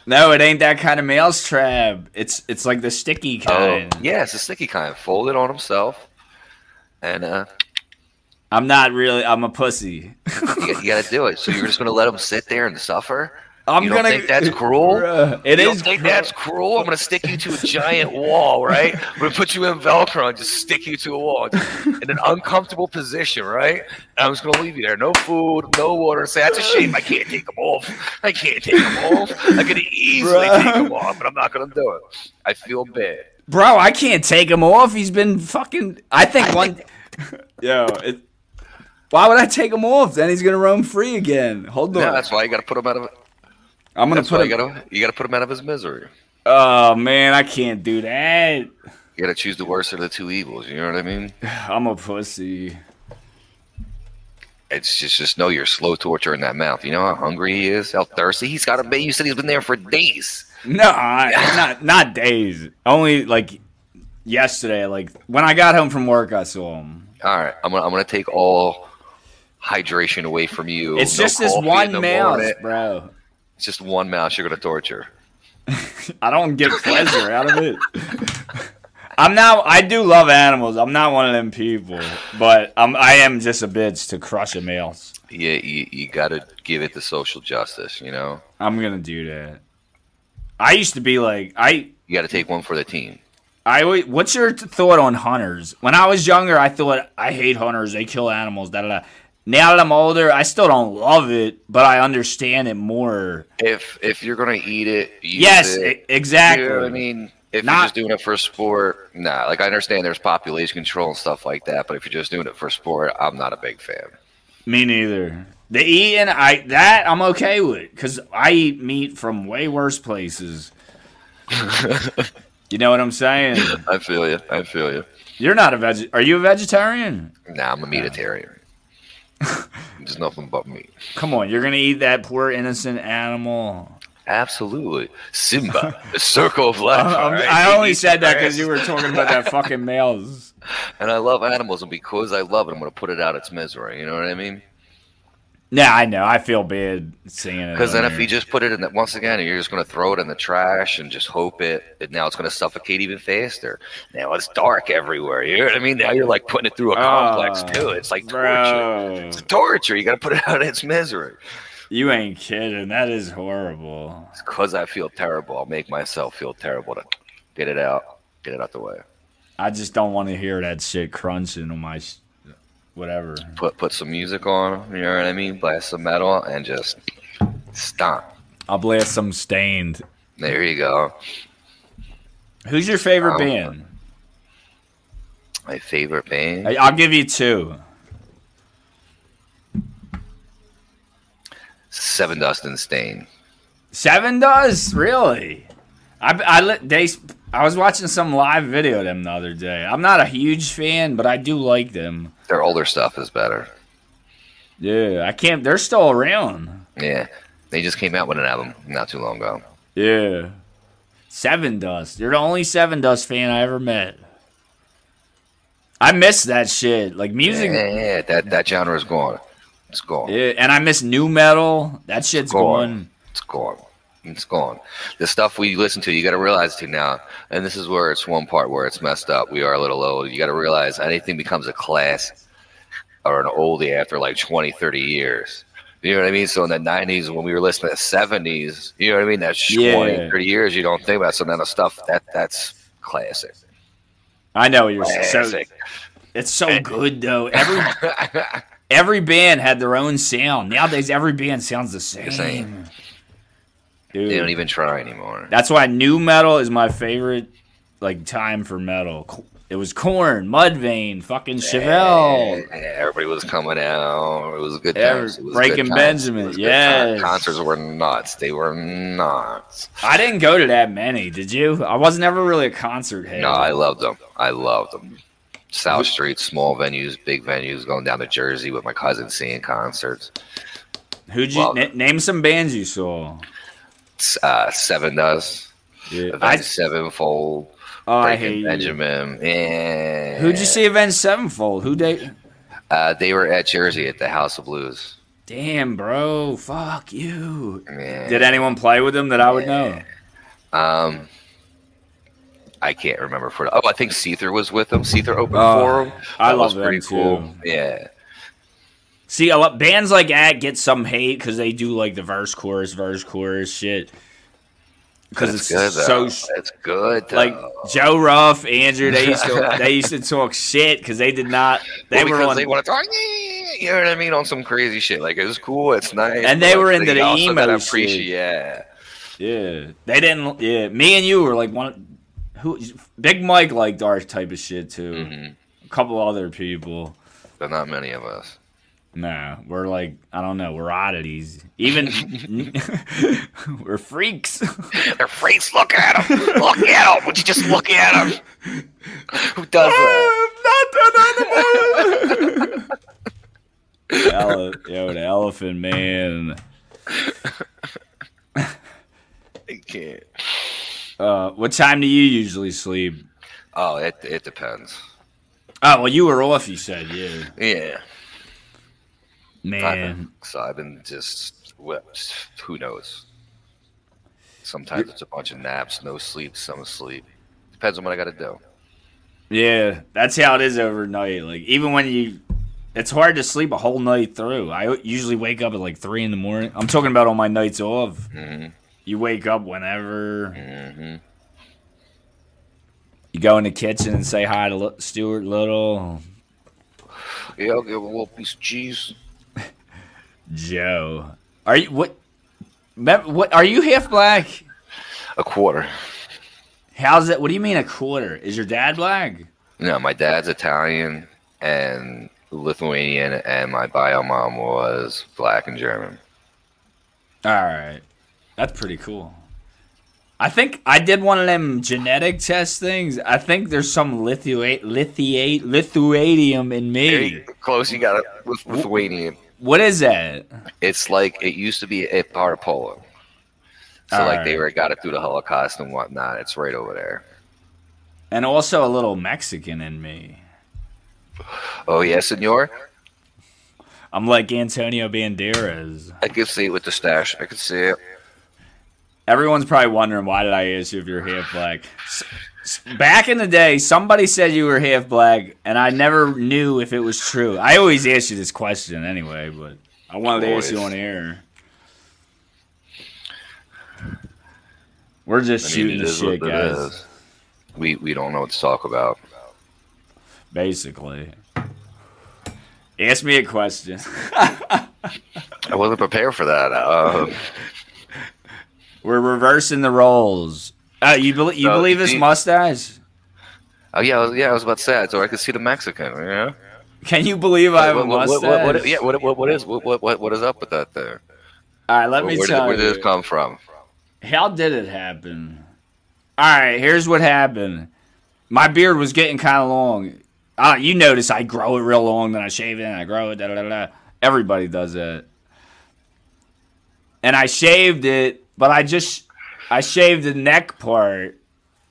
S1: No, it ain't that kind of mouse trap. It's it's like the sticky
S2: Oh,
S1: kind.
S2: yeah, it's a sticky kind. Fold it on himself, and uh,
S1: I'm not really. I'm a pussy. *laughs*
S2: you, you gotta do it. So you're just gonna let them sit there and suffer?
S1: I'm
S2: you don't
S1: gonna. *laughs*
S2: think that's cruel?
S1: Bruh, It
S2: you
S1: is
S2: don't think
S1: cruel.
S2: that's cruel? I'm gonna stick you to a giant wall, right? I'm gonna put you in Velcro and just stick you to a wall just in an uncomfortable position, right? And I'm just gonna leave you there. No food, no water. Say that's a shame. I can't take them off. I can't take them off. I could easily
S1: Bruh.
S2: take them off, but I'm not gonna do it. I feel bad.
S1: bro. I can't take him off. He's been fucking. I think one. Yo, it. *laughs* Why would I take him off? Then he's gonna roam free again. Hold on.
S2: No, that's why you gotta put him out of.
S1: I'm gonna
S2: That's
S1: put
S2: why
S1: him.
S2: you gotta you gotta put him out of his misery.
S1: Oh man, I can't do that.
S2: You gotta choose the worst of the two evils. You know what I mean?
S1: I'm a pussy.
S2: It's just just know you're slow torturing that mouth. You know how hungry he is, how thirsty he's got to be. You said he's been there for days.
S1: No,
S2: *laughs*
S1: I, not not days. Only like yesterday. Like when I got home from work, I saw him.
S2: All right, I'm gonna I'm gonna take all hydration away from you.
S1: It's
S2: No
S1: just this
S2: coffee in
S1: one
S2: the
S1: mouse,
S2: morning.
S1: bro.
S2: It's just one mouse you're gonna torture. *laughs*
S1: I don't get pleasure out of it. I'm not. I do love animals. I'm not one of them people, but I'm. I am just a bitch to crush a male.
S2: Yeah, you, you got to give it the social justice. You know,
S1: I'm gonna do that. I used to be like I.
S2: you got to take one for the team.
S1: I always- what's your t- thought on hunters? When I was younger, I thought I hate hunters. They kill animals. Da da da. Now that I'm older, I still don't love it, but I understand it more.
S2: If if you're gonna eat it, use
S1: yes,
S2: it.
S1: e- exactly.
S2: You know what I mean, if
S1: Not-
S2: you're just doing it for sport, nah. Like I understand there's population control and stuff like that, but if you're just doing it for sport, I'm not a big fan.
S1: Me neither. The eating, I that I'm okay with because I eat meat from way worse
S2: *laughs*
S1: places. you know what I'm saying?
S2: I feel you. I feel you.
S1: You're not a veg. Are you a vegetarian?
S2: Nah, I'm
S1: *laughs*
S2: a meatitarian. There's nothing but meat.
S1: Come on, you're gonna eat that poor innocent animal.
S2: Absolutely,
S1: *laughs*
S2: Simba, the circle of life. all
S1: Um,
S2: right?
S1: I only
S2: Jesus
S1: said that
S2: Christ.
S1: because you were talking about that fucking males.
S2: And I love animals, and because I love it, I'm gonna put it out its misery. You know what I mean?
S1: Yeah, I know. I feel bad seeing it.
S2: Because
S1: on
S2: then if
S1: here.
S2: you just put it in, the, once again, you're just going to throw it in the trash and just hope it. it now it's going to suffocate even faster. Now it's dark everywhere. You know what I mean? Now you're like putting it through a complex
S1: Ah,
S2: too. It's like torture.
S1: bro,
S2: It's torture. You got to put it out of its misery.
S1: you ain't kidding. That is horrible.
S2: Because I feel terrible. I'll make myself feel terrible to get it out, get it out the way.
S1: I just don't want to hear that shit crunching on my s- whatever.
S2: Put put some music on. You know what I mean? Blast some metal and just stomp.
S1: I'll blast some stained.
S2: There you go.
S1: Who's your favorite
S2: Um,
S1: band?
S2: My favorite band.
S1: I, I'll give you two.
S2: Seven Dust and Stain.
S1: Seven does really. I I li- they I was watching some live video of them the other day. I'm not a huge fan, but I do like them.
S2: Their older stuff is better.
S1: Yeah, I can't. They're still around.
S2: Yeah. They just came out with an album not too long ago.
S1: Yeah. Seven Dust. You're the only Seven Dust fan I ever met. I miss that shit. Like music.
S2: Yeah,
S1: Yeah.
S2: yeah, that that genre is gone. It's gone.
S1: and I miss new metal. That shit's
S2: Gone.
S1: gone.
S2: It's gone. It's gone. The stuff we listen to, you got to realize to now, and this is where it's one part where it's messed up. We are a little old. You got to realize anything becomes a class or an oldie after like 20, 30 years. You know what I mean? So in the 90s, when we were listening to the 70s, you know what I mean? That's 20,
S1: Yeah.
S2: 30 years you don't think about. So now the stuff, that that's classic.
S1: I know what you're saying. So,
S2: Classic.
S1: it's so good though.
S2: *laughs*
S1: Every every band had their own sound. Nowadays, every band sounds the same.
S2: same.
S1: Dude,
S2: they don't even try anymore.
S1: that's why new metal is my favorite. Like time for metal. Co- It was Corn, Mudvayne, fucking Chevelle.
S2: Yeah, everybody was coming out. It was a good
S1: Every-
S2: time. It was
S1: Breaking
S2: good times.
S1: Benjamin,
S2: It was good times.
S1: yes.
S2: Concerts were nuts. They were nuts.
S1: I didn't go to that many. Did you? I was never really a concert head.
S2: No, I loved them. I loved them. South Street, small venues, big venues, going down to Jersey with my cousin, seeing concerts.
S1: Who'd you
S2: Well-
S1: na- name some bands you saw?
S2: S- Uh, Seven Does,
S1: Yeah,
S2: Event
S1: I,
S2: Sevenfold,
S1: oh, I
S2: Breaking
S1: hate you.
S2: Benjamin. Yeah.
S1: Who'd you see Avenged Sevenfold? Who they?
S2: Uh, they were at Jersey at the House of Blues.
S1: Damn, bro, fuck you.
S2: Yeah.
S1: Did anyone play with them that I would know?
S2: Um, I can't remember for oh, I think Seether was with them. Seether opened
S1: Oh,
S2: for him.
S1: I
S2: That
S1: love
S2: was
S1: them
S2: pretty
S1: too.
S2: cool. Yeah,
S1: See, a lot bands like that get some hate because they do like the verse, chorus, verse, chorus shit. Because it's
S2: that's good.
S1: so
S2: though. that's good.
S1: like
S2: though.
S1: Joe Ruff, Andrew. They used to they used to talk shit because they did not. They
S2: Well, because
S1: were on.
S2: They want to talk. "Yeah," You know what I mean? On some crazy shit. Like it was cool. It's nice.
S1: And
S2: but,
S1: they
S2: like,
S1: were into the
S2: also
S1: emo
S2: gotta
S1: shit.
S2: Appreciate. Yeah.
S1: Yeah, they didn't. Yeah, me and you were like one. Who Big Mike liked our type of shit too.
S2: Mhm.
S1: A couple other people.
S2: But not many of us.
S1: Nah, we're like I don't know. We're oddities. Even
S2: *laughs*
S1: *laughs* we're freaks. *laughs*
S2: Their face. Look at him. Look at him. Would you just look at him?
S1: *laughs*
S2: Who does that?
S1: Ele- yo, the elephant man.
S2: I can't.
S1: Uh, what time do you usually sleep?
S2: Oh, it it depends.
S1: Oh well, you were off. You said, yeah,
S2: Yeah. I've
S1: man.
S2: been- So I've been just whipped. Who knows? Sometimes it's a bunch of naps, no sleep, some sleep. Depends on what I got to do.
S1: Yeah, that's how it is overnight. Like even when you, it's hard to sleep a whole night through. I usually wake up at like three in the morning. I'm talking about on my nights off.
S2: hmm
S1: You wake up whenever.
S2: hmm
S1: You go in the kitchen and say hi to Li- Stuart Little,
S2: Yeah, I'll give him a little piece of cheese.
S1: Joe. Are you what? me- What are you half black?
S2: A quarter.
S1: How's that? What do you mean a quarter? Is your dad black?
S2: No, my dad's Italian and Lithuanian, and my bio mom was black and German.
S1: All right, that's pretty cool. I think I did one of them genetic test things. I think there's some lithiate, lithiate, lithuanium in me.
S2: Hey, Close, you got it with Lithuanian.
S1: What is that?
S2: It's like it used to be a part of Poland. So like they
S1: Alright.
S2: were got it through the Holocaust and whatnot. It's right over there.
S1: And also a little Mexican in me.
S2: Oh yeah, senor.
S1: I'm like Antonio Banderas.
S2: I can see it with the stash. I can see it.
S1: Everyone's probably wondering why did I ask you if you're half black. S- s- Back in the day, somebody said you were half black, and I never knew if it was true. I always ask you this question anyway, but I wanted to ask you on
S2: Always.
S1: air. We're just
S2: I mean,
S1: shooting
S2: it
S1: the
S2: is what
S1: shit,
S2: it
S1: guys.
S2: is. We we don't know what to talk about.
S1: Basically, ask me a question. *laughs*
S2: I wasn't prepared for that.
S1: *laughs*
S2: Um,
S1: We're reversing the roles. Uh, you believe you
S2: So,
S1: believe
S2: do
S1: this
S2: you-
S1: mustache?
S2: oh yeah, I was, yeah. I was about to say that, so I could see the Mexican. Yeah.
S1: Can you believe I have a
S2: What- what-
S1: mustache?
S2: what- what- what- yeah. What, what, what is what, what what what is up with that there?
S1: All right, let
S2: Where,
S1: me
S2: where, did,
S1: tell
S2: where
S1: you.
S2: did this come from? *laughs*
S1: How did it happen? All right, here's what happened. My beard was getting kind of long. Uh, you notice I grow it real long, then I shave it, and I grow it. Da, da, da, da. Everybody does that. And I shaved it, but I just I shaved the neck part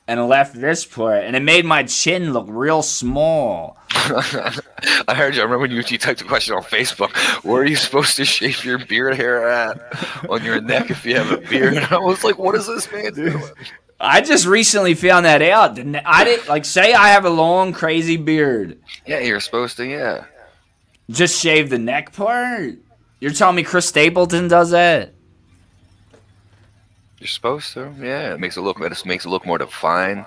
S1: and left this part, and it made my chin look real small.
S2: I heard you. I remember when you, you typed a question on Facebook. Where are you supposed to shave your beard hair at on your neck if you have a beard? *laughs* And I was like, what is this man
S1: *laughs*
S2: doing?
S1: I just recently found that out. The ne- I didn't like say I have a long crazy beard.
S2: Yeah, you're supposed to. Yeah.
S1: Just shave the neck part? You're telling me Chris Stapleton does that?
S2: You're supposed to. Yeah, it makes it look. It just makes it look more defined.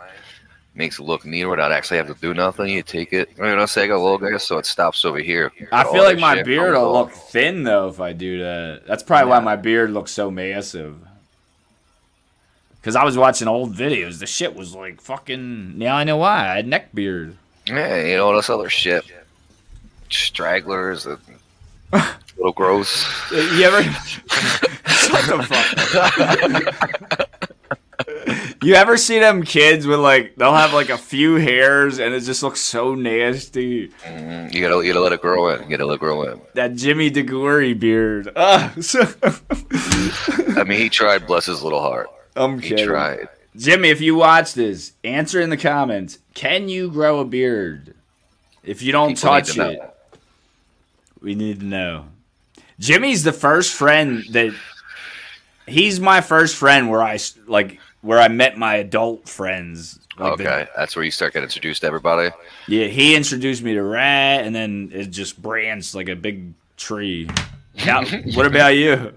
S2: Makes it look neater without actually having to do nothing. You take it. You know, what I'm saying? I got a little guy, so it stops over here.
S1: I
S2: All
S1: feel like
S2: this
S1: my
S2: shit
S1: beard
S2: comes
S1: will
S2: off.
S1: look thin though if I do that. That's probably why
S2: Yeah.
S1: my beard looks so massive. Cause I was watching old videos. The shit was like fucking. Now I know why I had neck beard.
S2: Yeah, you know all this other shit. Stragglers.
S1: *laughs*
S2: And little gross.
S1: You *laughs* ever? Shut the fuck. up. *laughs* you ever see them kids with like they'll have like a few hairs and it just looks so nasty.
S2: Mhm. You gotta, you gotta let it grow in. You gotta let it grow in.
S1: That Jimmy DeGlory beard. *laughs* Ah, so-
S2: I mean, he tried. Bless his little heart.
S1: I'm
S2: He
S1: kidding.
S2: tried.
S1: Jimmy, if you watch this, answer in the comments. Can you grow a beard? If you don't
S2: People need
S1: touch
S2: to know.
S1: it, we need to know. Jimmy's the first friend that he's my first friend where I s- like where I met my adult friends. Like the-
S2: okay, that's where you start getting introduced to everybody.
S1: yeah, he introduced me to Rat, and then it just branched like a big tree.
S2: *laughs*
S1: Now, what about you?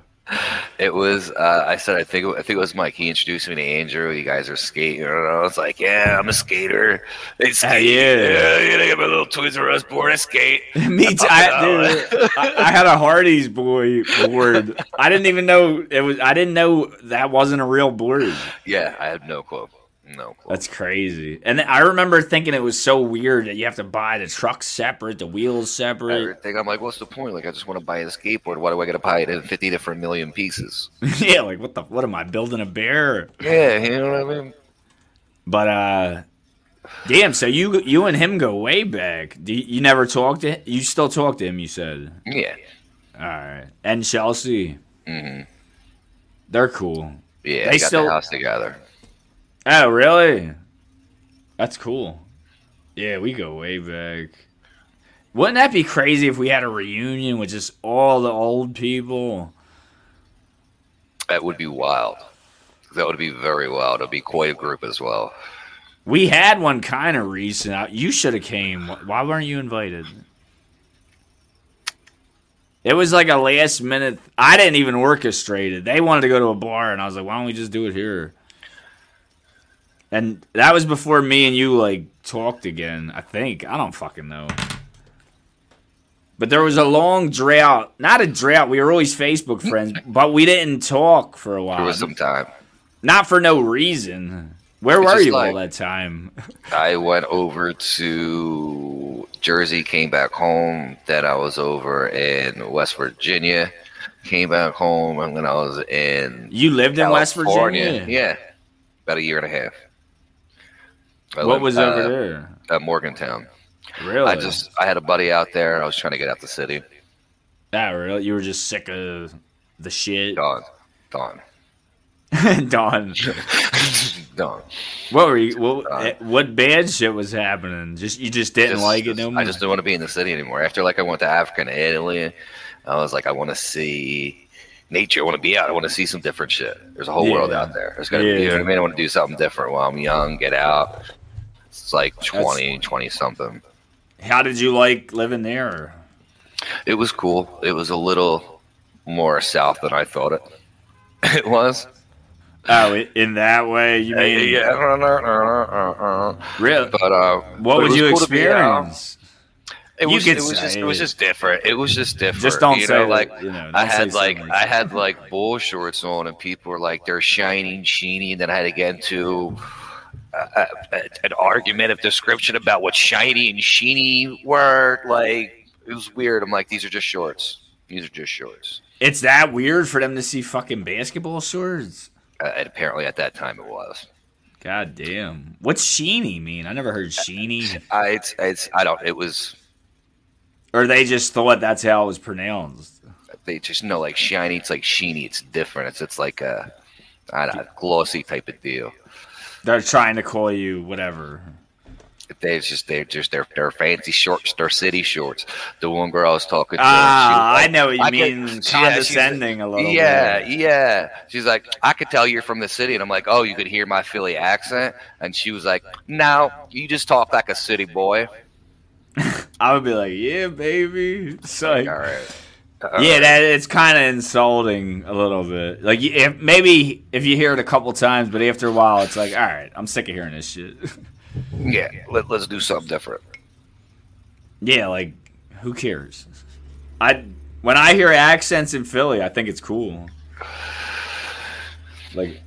S2: It was. Uh, I said. I think. I think it was Mike. He introduced me to Andrew. You guys are skating. And I was like, Yeah, I'm a skater. They skate.
S1: yeah.
S2: yeah. yeah, They got my little Toys R Us board. I skate. *laughs*
S1: *laughs* Me too. I, dude, I, I had a Hardee's boy board. I didn't even know it was. I didn't know that wasn't a real board.
S2: Yeah, I had no clue. No clue.
S1: That's crazy. And then I remember thinking it was so weird that you have to buy the truck separate, the wheels separate.
S2: Everything. I'm like, what's the point? Like, I just want to buy a skateboard. Why do I got to buy it in 50 different million
S1: *laughs*
S2: pieces?
S1: *laughs* yeah, like what the? What am I building a bear?
S2: Yeah, you know what I mean.
S1: But uh, damn. So you you and him go way back. Do you, you never talked to? You still talk to him? You said.
S2: Yeah,
S1: All right. And Chelsea,
S2: Mhm.
S1: they're cool.
S2: yeah.
S1: They
S2: They got
S1: still-
S2: the house together.
S1: Oh, really? That's cool. Yeah, we go way back. Wouldn't that be crazy if we had a reunion with just all the old people?
S2: That would be wild. That would be very wild. It'd be quite a group as well.
S1: We had one kind of recent. I- You should have came. Why weren't you invited? It was like a last minute. I didn't even orchestrate it. They wanted to go to a bar, and I was like, "Why don't we just do it here?" And that was before me and you like talked again. I think I don't fucking know. But there was a long drought. Not a drought. We were always Facebook friends, but we didn't talk for a while.
S2: There was some time.
S1: Not for no reason. Where
S2: It's
S1: were
S2: just
S1: you
S2: like-
S1: all that time?
S2: I went over to Jersey, came back home. Then I was over in West Virginia, came back home, and then I was in
S1: You lived in West
S2: California.
S1: Virginia.
S2: Yeah, about a year and a half. I
S1: What
S2: lived,
S1: was
S2: uh,
S1: over there?
S2: Uh, Morgantown.
S1: Really?
S2: I just I had a buddy out there. and I was trying to get out the city.
S1: that really. You were just sick of the shit.
S2: Dawn, *laughs* dawn,
S1: *laughs* Don,
S2: dawn.
S1: what were you?
S2: *laughs*
S1: What,
S2: Uh,
S1: eh, what bad shit was happening? Just you just didn't
S2: Just-
S1: like it
S2: just-
S1: no more.
S2: I just don't want to be in the city anymore. After like I went to Africa and Italy, I was like, I want to see nature. I want to be out. I want to see some different shit. There's a whole
S1: Yeah.
S2: world out there. There's gonna be. You know
S1: Yeah.
S2: what I mean? I want to do something different while I'm young. Get out. It's like 20, 20 something.
S1: How did you like living there?
S2: It was cool. It was a little more south than I thought it. *laughs* It was.
S1: Oh, i- in that way, you mean?
S2: Yeah.
S1: Really?
S2: But uh,
S1: What
S2: but it
S1: would
S2: was
S1: you
S2: cool to be out.
S1: experience?
S2: It
S1: You
S2: was,
S1: could
S2: it was just
S1: say
S2: it was
S1: it.
S2: just different. It was just different.
S1: Just don't
S2: you
S1: say
S2: know,
S1: that,
S2: like
S1: you know,
S2: I
S1: don't say
S2: had like
S1: something
S2: I
S1: like that.
S2: had like bull shorts on, and people were like they're shining, sheeny. And then I had to get into uh, uh, an argument of description about what shiny and sheeny were. Like it was weird. I'm like these are just shorts. These are just shorts.
S1: It's that weird for them to see fucking basketball shorts.
S2: Uh, and apparently at that time it was.
S1: God damn. What's sheeny mean? I never heard
S2: *laughs*
S1: sheeny.
S2: I it's, it's I don't. It was
S1: Or they just thought that's how it was pronounced.
S2: they just know like shiny. It's like sheeny. It's different. It's it's like a I don't know, glossy type of deal.
S1: They're trying to call you whatever.
S2: They just they just their their fancy shorts, their city shorts. The one girl I was talking to,
S1: Ah,
S2: *laughs* she was
S1: I know what you
S2: I could-
S1: mean.
S2: yeah, she's like-
S1: condescending a little
S2: yeah,
S1: bit.
S2: yeah. She's like, I could tell you're from the city, and I'm like, oh, you could hear my Philly accent, and she was like, no, you just talk like a city boy.
S1: I would be like, yeah, baby. It's like,
S2: Like, all right, Uh,
S1: yeah, that it's kind of insulting a little bit. Like, you- if, maybe if you hear it a couple times, but after a while, it's like, all right, I'm sick of hearing this shit. *laughs*
S2: yeah. Let, let's do something different.
S1: yeah, like, who cares? I when I hear accents in Philly, I think it's cool. Like,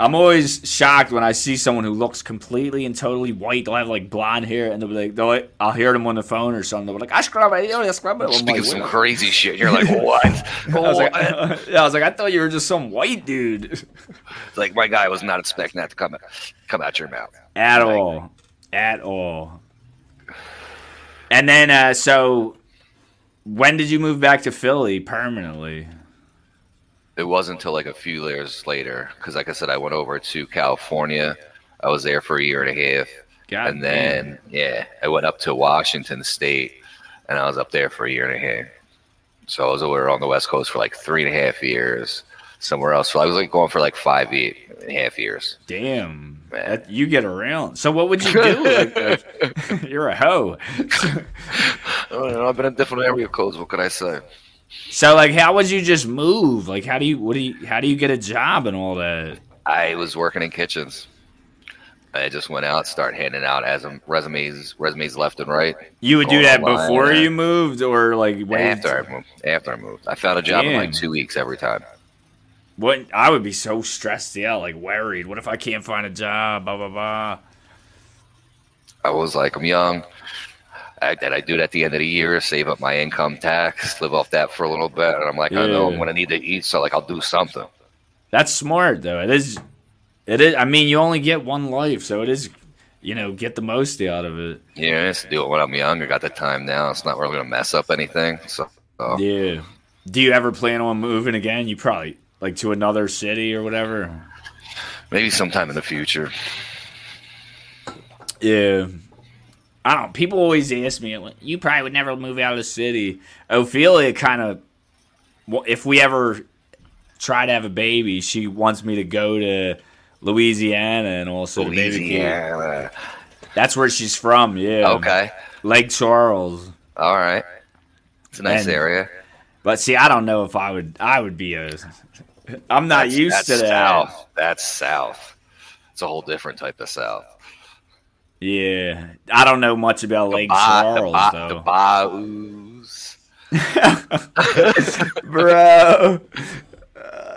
S1: I'm always shocked when I see someone who looks completely and totally white. They'll have like blonde hair, and they'll be like, they'll like I'll hear them on the phone or something. They'll be like, I scrub it, yeah, I scrub it. I'm
S2: Speaking
S1: like,
S2: of some
S1: "What?"
S2: crazy shit,
S1: *laughs*
S2: you're like, what?
S1: I was like, *laughs*
S2: What?
S1: I was like, I thought you were just some white dude. *laughs*
S2: like my guy was not expecting that to come come out your mouth.
S1: At all. At all. And then, uh, so when did you move back to Philly permanently?
S2: it wasn't until like a few years later because like i said i went over to california i was there for a year and a half
S1: God
S2: and then yeah i went up to washington state and i was up there for a year and a half so i was over on the west coast for like three and a half years somewhere else so i was like going for like five ye- and a
S1: *laughs*
S2: half years
S1: Damn.
S2: Man.
S1: That- you get around. So what
S2: *laughs*
S1: would you do? *laughs* Like, like, you're a hoe.
S2: Oh, i've been in different area codes what could i say
S1: so like, how would you just move? Like, how do you? What do you? How do you get a job and all that?
S2: i was working in kitchens i just went out started handing out as resumes resumes left and right
S1: You would do
S2: Going
S1: that
S2: online,
S1: before
S2: yeah.
S1: you moved, or like wait?
S2: after I moved. After I moved, I found a job in like
S1: Damn.
S2: two weeks every time.
S1: What I would be so stressed out, like worried. What if I can't find a job? Blah blah blah.
S2: I was like, I'm young. I, that I do it at the end of the year, save up my income tax, live off that for a little bit, and I'm like, I know I'm
S1: Yeah.
S2: gonna need to eat, so like I'll do something.
S1: That's smart though. It is. It is. I mean, you only get one life, so it is. You know, get the most out of it.
S2: You know, just do it when I'm young. I got the time now. It's not really gonna mess up anything. So, so,
S1: Yeah. Do you ever plan on moving again? You probably like to another city or whatever.
S2: maybe sometime in the future.
S1: Yeah. I don't. People always ask me, like, "You probably would never move out of the city." Ophelia kind of, well, if we ever try to have a baby, she wants me to go to Louisiana and also the baby Keem.
S2: Louisiana.
S1: That's where she's from. Yeah.
S2: Okay.
S1: Lake Charles.
S2: All right. It's a nice
S1: And-
S2: area.
S1: But see, I don't know if I would. I would be a. I'm not used
S2: that's
S1: to that.
S2: South. That's South. It's a whole different type of South.
S1: Yeah, I don't know much about Lake Charles
S2: the,
S1: though,
S2: ba- the bayous.
S1: *laughs*
S2: *laughs*
S1: bro. Uh,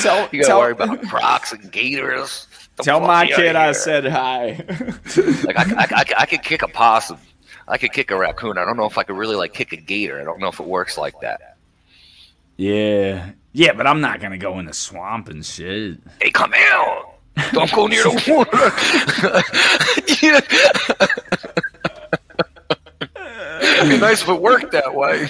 S1: tell
S2: You gotta
S1: tell,
S2: worry about *laughs* crocs and gators. The
S1: tell
S2: fuck
S1: my
S2: outta
S1: kid I
S2: here.
S1: said hi. *laughs*
S2: like I, I, I, I could kick a possum. I could kick a raccoon. I don't know if I could really like kick a gator. I don't know if it works like that.
S1: yeah, yeah, but I'm not gonna go in the swamp and shit. *laughs*
S2: They come out. Don't go near the *laughs* water. It'd be nice if it worked that way.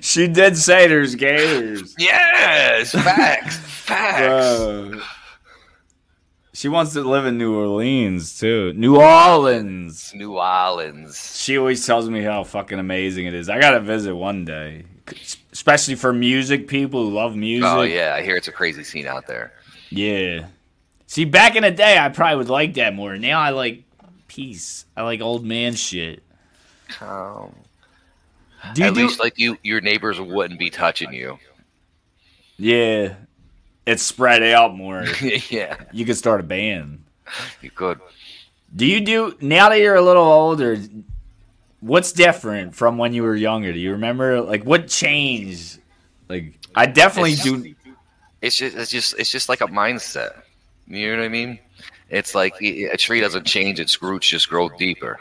S1: She did say there's
S2: *laughs*
S1: gators.
S2: Yes, facts, facts.
S1: Bro. She wants to live in New Orleans too. New Orleans.
S2: New Orleans.
S1: She always tells me how fucking amazing it is. I gotta visit one day, especially for music people who love music.
S2: Oh yeah, I hear it's a crazy scene out there.
S1: Yeah. See, back in the day, I probably would like that more. Now I like peace. I like old man shit.
S2: Um,
S1: Do you
S2: at
S1: do?
S2: least like you, your neighbors wouldn't be touching you. *laughs*
S1: yeah. It's spread out more.
S2: yeah,
S1: you could start a band.
S2: you could.
S1: Do you do now that you're a little older? What's different from when you were younger? Do you remember like what changed? Like I definitely
S2: It's-
S1: do.
S2: It's just, it's just, it's just like a mindset. You know what I mean? It's like y- a tree doesn't change; its roots just grow deeper.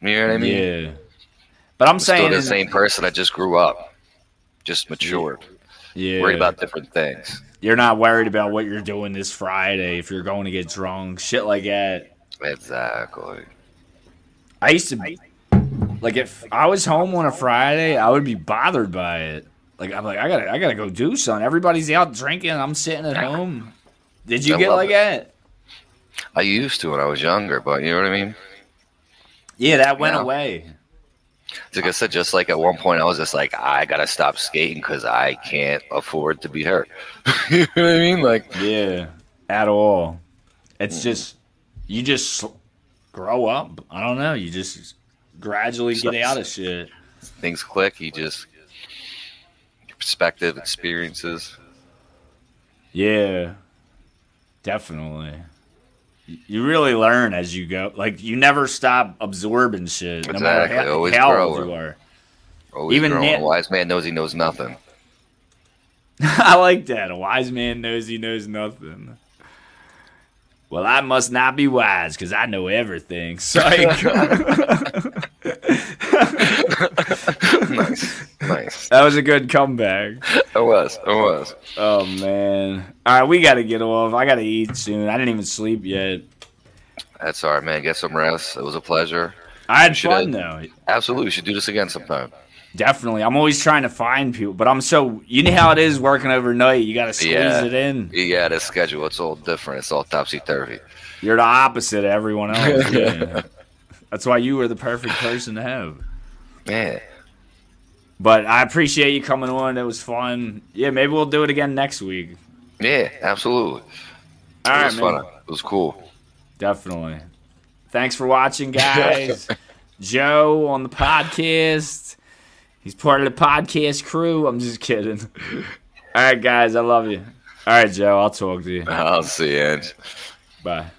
S2: You know what I mean?
S1: Yeah. But I'm
S2: I'm still
S1: saying,
S2: the
S1: in-
S2: same person. I just grew up, just matured.
S1: yeah,
S2: Worried about different things.
S1: you're not worried about what you're doing this Friday if you're going to get drunk, shit like that.
S2: Exactly.
S1: I used to like if I was home on a Friday, I would be bothered by it. Like I'm like I gotta I gotta go do something. Everybody's out drinking. I'm sitting at home. Did you
S2: I
S1: get
S2: love
S1: like
S2: it.
S1: that?
S2: I used to when I was younger, but you know what I mean?
S1: Yeah, that went
S2: Yeah.
S1: away.
S2: It's Like I said, just like at one point, I was just like, I gotta stop skating because I can't afford to be hurt. *laughs* you know what I mean? Like,
S1: Yeah, at all. It's just you just sl- grow up. I don't know. You just gradually get out of shit.
S2: things click. You just your perspective, experiences.
S1: Yeah, definitely. Y- You really learn as you go. Like you never stop absorbing shit, no matter
S2: Exactly,
S1: how,
S2: always
S1: how old
S2: growing.
S1: you are.
S2: Always
S1: Even
S2: growing.
S1: Nick-
S2: A wise man knows he knows nothing.
S1: *laughs* I like that. A wise man knows he knows nothing. Well, I must not be wise because I know everything. *laughs*
S2: *laughs*
S1: Psych.
S2: nice, nice.
S1: that was a good comeback.
S2: It was, it was.
S1: Oh man! All right, we got to get off. I got to eat soon. I didn't even sleep yet.
S2: That's all right, man. Get some rest. It was a pleasure.
S1: I had
S2: should
S1: fun
S2: I-
S1: though.
S2: Absolutely, we should do this again sometime.
S1: Definitely. I'm always trying to find people, but I'm so you know how it is working overnight. You got to squeeze
S2: Yeah.
S1: it in.
S2: Yeah, this schedule, it's all different. It's all topsy turvy.
S1: You're the opposite of everyone
S2: *laughs*
S1: else. *laughs* Yeah. That's why you were the perfect person to have.
S2: Yeah,
S1: But I appreciate you coming on. It was fun. Yeah, maybe we'll do it again next week.
S2: yeah, absolutely.
S1: All
S2: it
S1: right,
S2: was
S1: man.
S2: fun. It was cool.
S1: Definitely. Thanks for watching,
S2: *laughs*
S1: guys. Joe on the podcast. He's part of the podcast crew. I'm just
S2: *laughs*
S1: kidding. All right, guys. I love you. All right, Joe. I'll talk to you.
S2: I'll see you. Ange.
S1: Bye.